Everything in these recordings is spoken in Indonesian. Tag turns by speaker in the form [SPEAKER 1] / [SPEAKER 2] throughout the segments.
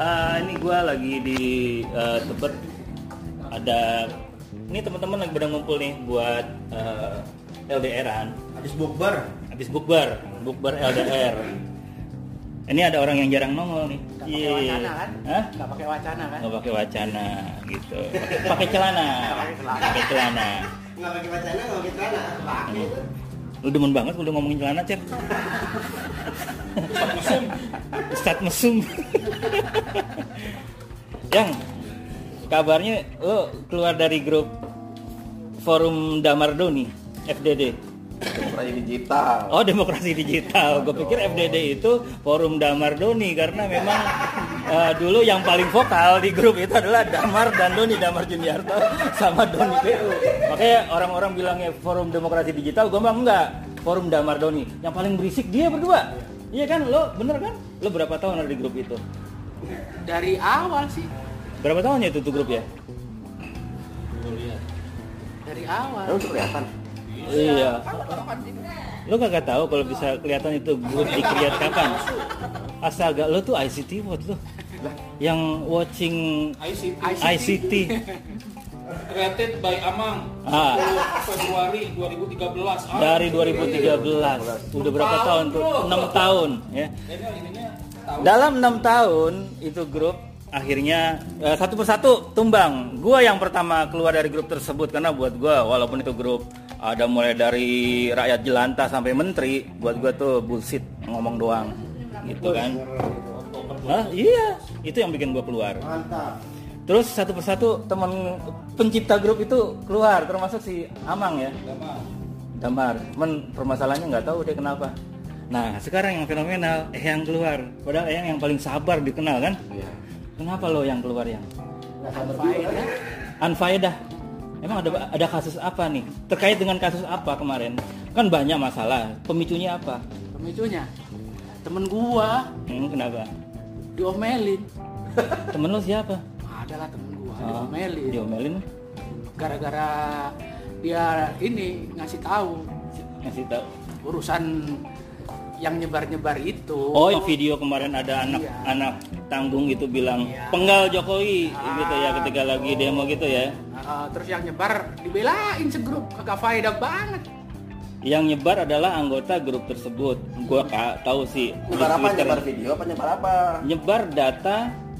[SPEAKER 1] Ah, ini gue lagi di eh, Tebet. Ada ini teman-teman lagi pada ngumpul nih buat eh, LDRan.
[SPEAKER 2] Habis bukber.
[SPEAKER 1] Habis bukber, bukber LDR. Ini ada orang yang jarang nongol nih. Iya.
[SPEAKER 3] Gak pakai wacana kan?
[SPEAKER 1] Hah?
[SPEAKER 3] Gak pakai wacana kan?
[SPEAKER 1] Nggak pakai wacana gitu. Pakai celana. Pakai celana.
[SPEAKER 2] Enggak pakai wacana, enggak pakai celana. Pakai.
[SPEAKER 1] Lu demen banget udah ngomongin celana, Cep. Ustadz mesum. yang kabarnya lu keluar dari grup forum Damardo nih, FDD.
[SPEAKER 4] Demokrasi digital.
[SPEAKER 1] Oh, demokrasi digital. Gue pikir FDD itu forum Damar Doni karena memang eh, dulu yang paling vokal di grup itu adalah Damar dan Doni Damar Juniarto sama Doni BU. Makanya orang-orang bilangnya forum demokrasi digital, gue bilang enggak. Forum Damar Doni. Yang paling berisik dia berdua. Iya kan? Lo bener kan? Lo berapa tahun ada di grup itu?
[SPEAKER 3] Dari awal sih,
[SPEAKER 1] Berapa tahunnya itu tuh grup ya?
[SPEAKER 3] dari awal.
[SPEAKER 4] Emang tuh kelihatan.
[SPEAKER 1] Iya. Lo kagak tahu kalau bisa kelihatan itu grup dikreat kapan? Astaga, lo tuh ICT buat lo. Yang watching
[SPEAKER 5] ICT
[SPEAKER 1] ICT.
[SPEAKER 5] rated by Amang
[SPEAKER 1] Ah.
[SPEAKER 5] 10 Februari 2013 ah,
[SPEAKER 1] dari 2013. Udah berapa
[SPEAKER 5] Tahun,
[SPEAKER 1] tahun tuh?
[SPEAKER 5] bro.
[SPEAKER 1] 6 tahun ya.
[SPEAKER 5] Daniel ininya tahu
[SPEAKER 1] Dalam 6 tahun itu grup akhirnya eh, satu persatu tumbang. Gua yang pertama keluar dari grup tersebut karena buat gua walaupun itu grup ada mulai dari rakyat jelanta sampai menteri, buat gua tuh bullshit ngomong doang. Gitu kan. Hah? Iya, itu yang bikin gua keluar.
[SPEAKER 2] Mantap.
[SPEAKER 1] Terus satu persatu teman pencipta grup itu keluar, termasuk si Amang ya.
[SPEAKER 5] Damar.
[SPEAKER 1] Damar, cuman permasalahannya nggak tahu deh kenapa. Nah, sekarang yang fenomenal, eh yang keluar. Padahal Eyang yang paling sabar dikenal kan?
[SPEAKER 4] Iya.
[SPEAKER 1] Kenapa lo yang keluar yang?
[SPEAKER 2] Enggak sabar juga. kan?
[SPEAKER 1] Anfaedah. Emang ada ada kasus apa nih? Terkait dengan kasus apa kemarin? Kan banyak masalah. Pemicunya apa?
[SPEAKER 3] Pemicunya, temen gua
[SPEAKER 1] Hmm, kenapa?
[SPEAKER 3] diomelin.
[SPEAKER 1] Temen lo siapa?
[SPEAKER 3] Adalah temen gua
[SPEAKER 1] Ah,
[SPEAKER 3] diomelin.
[SPEAKER 1] Diomelin.
[SPEAKER 3] Gara-gara dia ini ngasih tahu
[SPEAKER 1] Ngasih tahu.
[SPEAKER 3] urusan yang nyebar-nyebar itu.
[SPEAKER 1] Oh, yang video kemarin ada
[SPEAKER 3] Iya.
[SPEAKER 1] anak-anak tanggung gitu bilang
[SPEAKER 3] Iya.
[SPEAKER 1] penggal Jokowi
[SPEAKER 3] Ah.
[SPEAKER 1] gitu ya ketika lagi demo gitu ya.
[SPEAKER 3] Ah, ah, terus yang nyebar dibelain segrup kagak faedah banget
[SPEAKER 1] Yang nyebar adalah anggota grup tersebut. Gua ka- tahu sih di
[SPEAKER 4] Nyebar apa?
[SPEAKER 1] Twitter.
[SPEAKER 4] Nyebar video apa? Nyebar apa?
[SPEAKER 1] Nyebar data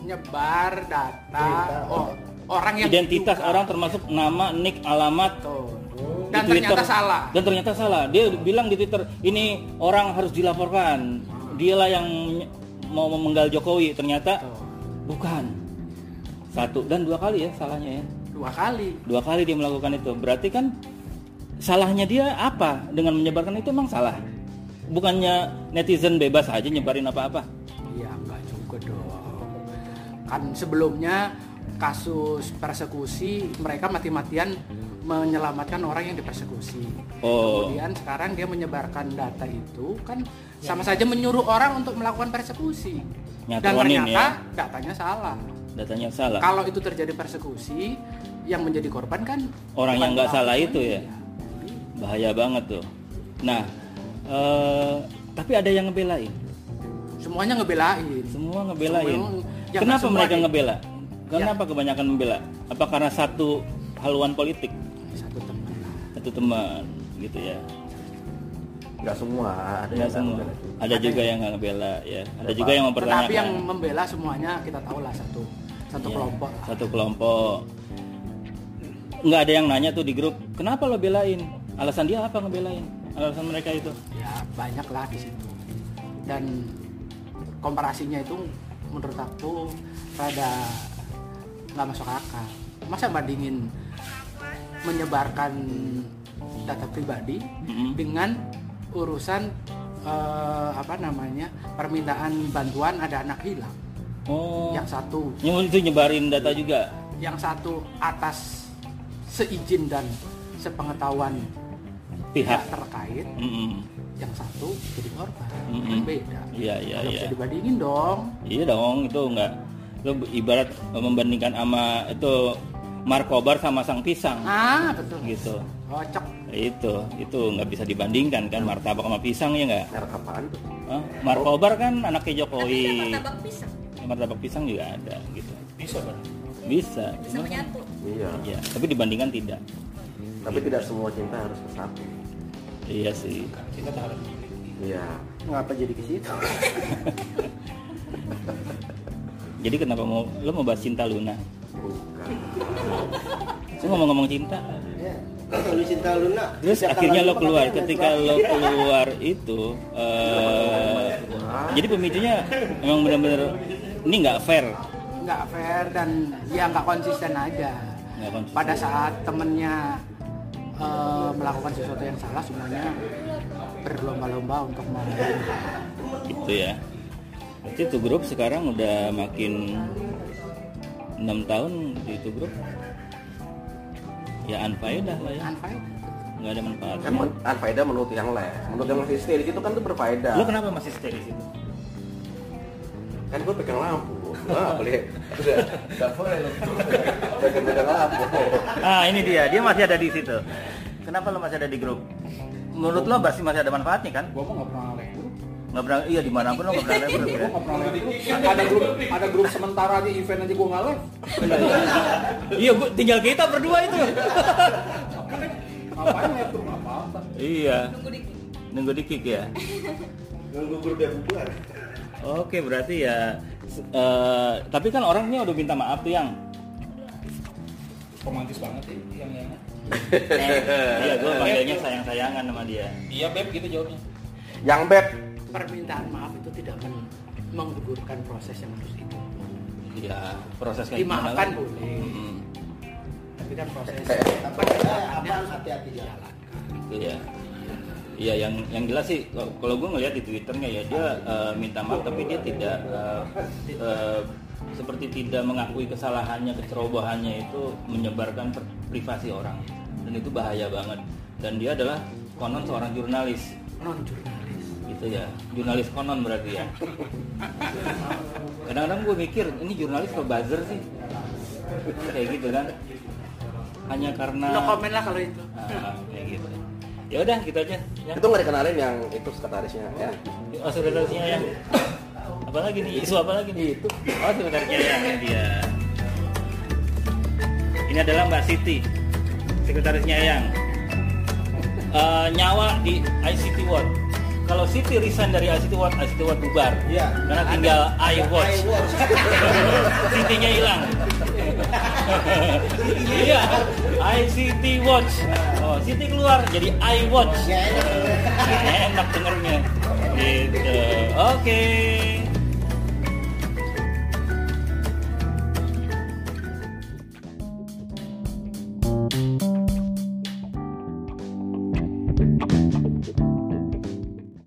[SPEAKER 3] nyebar data
[SPEAKER 4] Berita.
[SPEAKER 3] oh, orang yang
[SPEAKER 1] identitas
[SPEAKER 3] diduga.
[SPEAKER 1] orang termasuk nama, nick, alamat
[SPEAKER 3] Tuh.
[SPEAKER 1] di
[SPEAKER 3] dan
[SPEAKER 1] Twitter.
[SPEAKER 3] ternyata salah
[SPEAKER 1] Dan ternyata salah. Dia bilang di Twitter, "Ini orang harus dilaporkan. Dialah yang ny- mau memenggal Jokowi." Ternyata
[SPEAKER 3] Tuh.
[SPEAKER 1] bukan. Satu dan dua kali ya salahnya ya.
[SPEAKER 3] dua kali
[SPEAKER 1] dua kali dia melakukan itu berarti kan salahnya dia apa dengan menyebarkan itu emang salah bukannya netizen bebas aja nyebarin apa-apa
[SPEAKER 3] Iya enggak juga dong. Kan sebelumnya kasus persekusi mereka mati-matian menyelamatkan orang yang dipersekusi.
[SPEAKER 1] Oh.
[SPEAKER 3] Kemudian sekarang dia menyebarkan data itu kan sama saja menyuruh orang untuk melakukan persekusi. Dan
[SPEAKER 1] Ya. Nyatuanin ya.
[SPEAKER 3] ternyata datanya salah.
[SPEAKER 1] datanya salah
[SPEAKER 3] Kalau itu terjadi persekusi yang menjadi korban kan
[SPEAKER 1] Orang yang
[SPEAKER 3] bukan
[SPEAKER 1] nggak salah
[SPEAKER 3] orang.
[SPEAKER 1] itu ya?
[SPEAKER 3] Iya.
[SPEAKER 1] bahaya banget tuh nah eh, tapi ada yang ngebelain
[SPEAKER 3] Semuanya ngebelain.
[SPEAKER 1] semua ngebelain
[SPEAKER 3] Semua- jangan
[SPEAKER 1] kenapa
[SPEAKER 3] semua
[SPEAKER 1] mereka
[SPEAKER 3] di- Ya.
[SPEAKER 1] ngebela kenapa kebanyakan membela apa karena satu haluan politik
[SPEAKER 3] Satu teman.
[SPEAKER 1] satu teman gitu ya
[SPEAKER 4] Enggak semua. Ada
[SPEAKER 1] Nggak
[SPEAKER 4] yang
[SPEAKER 1] semua
[SPEAKER 4] nggak ada.
[SPEAKER 1] ada juga yang nggak ngebela ya ada juga yang mempertanyakan
[SPEAKER 3] Tetapi yang membela semuanya kita tahulah satu satu
[SPEAKER 1] Iya,
[SPEAKER 3] kelompok. lah.
[SPEAKER 1] satu kelompok nggak ada yang nanya tuh di grup kenapa lo belain alasan dia apa ngebelain alasan mereka itu
[SPEAKER 3] ya banyak lah di situ dan komparasinya itu menurut aku rada nggak masuk akal masa bandingin menyebarkan data pribadi
[SPEAKER 1] Mhm.
[SPEAKER 3] dengan urusan eh, apa namanya permintaan bantuan ada anak hilang
[SPEAKER 1] oh
[SPEAKER 3] yang satu
[SPEAKER 1] yang itu nyebarin data juga
[SPEAKER 3] yang satu atas seizin dan sepengetahuan
[SPEAKER 1] Pihak.
[SPEAKER 3] terkait
[SPEAKER 1] Mm-mm.
[SPEAKER 3] yang satu jadi korban
[SPEAKER 1] Mm-mm.
[SPEAKER 3] beda
[SPEAKER 1] iya iya
[SPEAKER 3] Nggak
[SPEAKER 1] iya
[SPEAKER 3] bisa dibandingin dong
[SPEAKER 1] iya dong itu nggak lo ibarat membandingkan sama itu markobar sama sang pisang
[SPEAKER 3] ah betul
[SPEAKER 1] gitu
[SPEAKER 3] kocok
[SPEAKER 1] itu itu nggak bisa dibandingkan kan martabak sama pisang ya nggak
[SPEAKER 4] Merek apaan tuh?
[SPEAKER 1] Hah? markobar kan anaknya Jokowi
[SPEAKER 6] martabak pisang.
[SPEAKER 1] Ya, martabak pisang juga ada gitu.
[SPEAKER 5] bisa Bar.
[SPEAKER 1] Bisa.
[SPEAKER 6] bisa
[SPEAKER 1] cuma kan-
[SPEAKER 6] menyatu
[SPEAKER 4] Iya.
[SPEAKER 1] Iya, tapi dibandingkan tidak.
[SPEAKER 4] Tapi tidak semua cinta harus bersatu.
[SPEAKER 1] Iya sih.
[SPEAKER 5] Karena kita taruh
[SPEAKER 4] Iya.
[SPEAKER 2] Ngapa jadi ke situ?
[SPEAKER 1] Jadi kenapa mau lo mau bahas cinta Luna?
[SPEAKER 4] Bukan.
[SPEAKER 1] Lu ngomong-ngomong cinta.
[SPEAKER 2] Ya. Lu cinta Luna.
[SPEAKER 1] Terus
[SPEAKER 2] Setiap
[SPEAKER 1] akhirnya
[SPEAKER 2] tanggal
[SPEAKER 1] lo
[SPEAKER 2] lima
[SPEAKER 1] keluar
[SPEAKER 2] katanya
[SPEAKER 1] ketika
[SPEAKER 2] menstruasi.
[SPEAKER 1] lo keluar itu eh jadi pemicunya emang benar-benar ini nggak fair.
[SPEAKER 3] nggak fair dan ya nggak konsisten aja.
[SPEAKER 1] Nggak konsisten.
[SPEAKER 3] Pada saat temennya eh, melakukan sesuatu yang salah semuanya berlomba-lomba untuk mau
[SPEAKER 1] gitu ya berarti itu grup sekarang udah makin enam tahun di itu grup ya unfaedah lah ya
[SPEAKER 3] unfair.
[SPEAKER 1] nggak ada manfaatnya
[SPEAKER 4] Kan men- kan faedah menurut yang les. Menurut yang masih stay di situ kan itu berfaedah.
[SPEAKER 1] lo kenapa masih stay di situ
[SPEAKER 4] Kan gue pegang lampu. Wah, boleh. Udah, nggak boleh lo. Pegang-pegang lampu.
[SPEAKER 1] ah ini dia dia masih ada di situ kenapa lo masih ada di grup menurut lo pasti masih ada manfaatnya kan
[SPEAKER 5] gua mah nggak pernah ada grup
[SPEAKER 1] nggak pernah iya dimanapun lo nggak pernah ada grup ya
[SPEAKER 5] gua nggak pernah ada grup ada grup ada grup sementara di event aja gua nggak live
[SPEAKER 1] iya gua- tinggal kita berdua itu
[SPEAKER 5] ngapain live tuh nggak apa-apa
[SPEAKER 1] iya
[SPEAKER 6] nunggu di
[SPEAKER 1] nunggu di kick ya
[SPEAKER 2] Nunggu grupnya bubar.
[SPEAKER 1] Oke berarti ya s- eh, tapi kan orangnya udah minta maaf tuh yang
[SPEAKER 5] romantis banget ya yang yang
[SPEAKER 1] Iya gue panggilnya sayang-sayangan sama dia
[SPEAKER 5] iya beb gitu jawabnya
[SPEAKER 4] Yang beb.
[SPEAKER 3] Permintaan maaf itu tidak men- menggugurkan proses yang harus itu.
[SPEAKER 1] Iya proses kayak gimana
[SPEAKER 3] Dimaafkan
[SPEAKER 1] lah.
[SPEAKER 3] boleh,
[SPEAKER 1] Mm,
[SPEAKER 3] tapi kan proses
[SPEAKER 2] Apa kita apa harus hati-hati jalan.
[SPEAKER 1] gitu ya Iya yang yang jelas sih kalau- kalau gue ngelihat di twitternya ya dia eh, minta maaf tapi dia tidak eh, eh, seperti tidak mengakui kesalahannya kecerobohannya itu menyebarkan per- privasi orang dan itu bahaya banget dan dia adalah konon seorang jurnalis
[SPEAKER 3] non jurnalis.
[SPEAKER 1] gitu ya jurnalis konon berarti ya kadang-kadang gue mikir ini jurnalis ke buzzer sih kayak gitu kan hanya karena
[SPEAKER 3] No komen lah kalau itu.
[SPEAKER 1] Ah, kayak gitu ya udah gitu aja ya.
[SPEAKER 4] Itu nggak dikenalin yang itu sekretarisnya ya.
[SPEAKER 1] oh, sekretarisnya yang apa lagi nih isu apa lagi nih itu oh sekretarisnya yang ini dia ini adalah Mbak Siti sekretarisnya yang Eh, nyawa di ICT World kalau Siti resign dari ICT World ICT World bubar
[SPEAKER 2] Iya.
[SPEAKER 1] karena tinggal iWatch
[SPEAKER 2] Ayo, watch.
[SPEAKER 1] Sitinya hilang. iya, ICT Watch. Oh, Siti keluar jadi I Watch.
[SPEAKER 2] Ya, enak.
[SPEAKER 1] Enak dengernya. Gitu. Oke.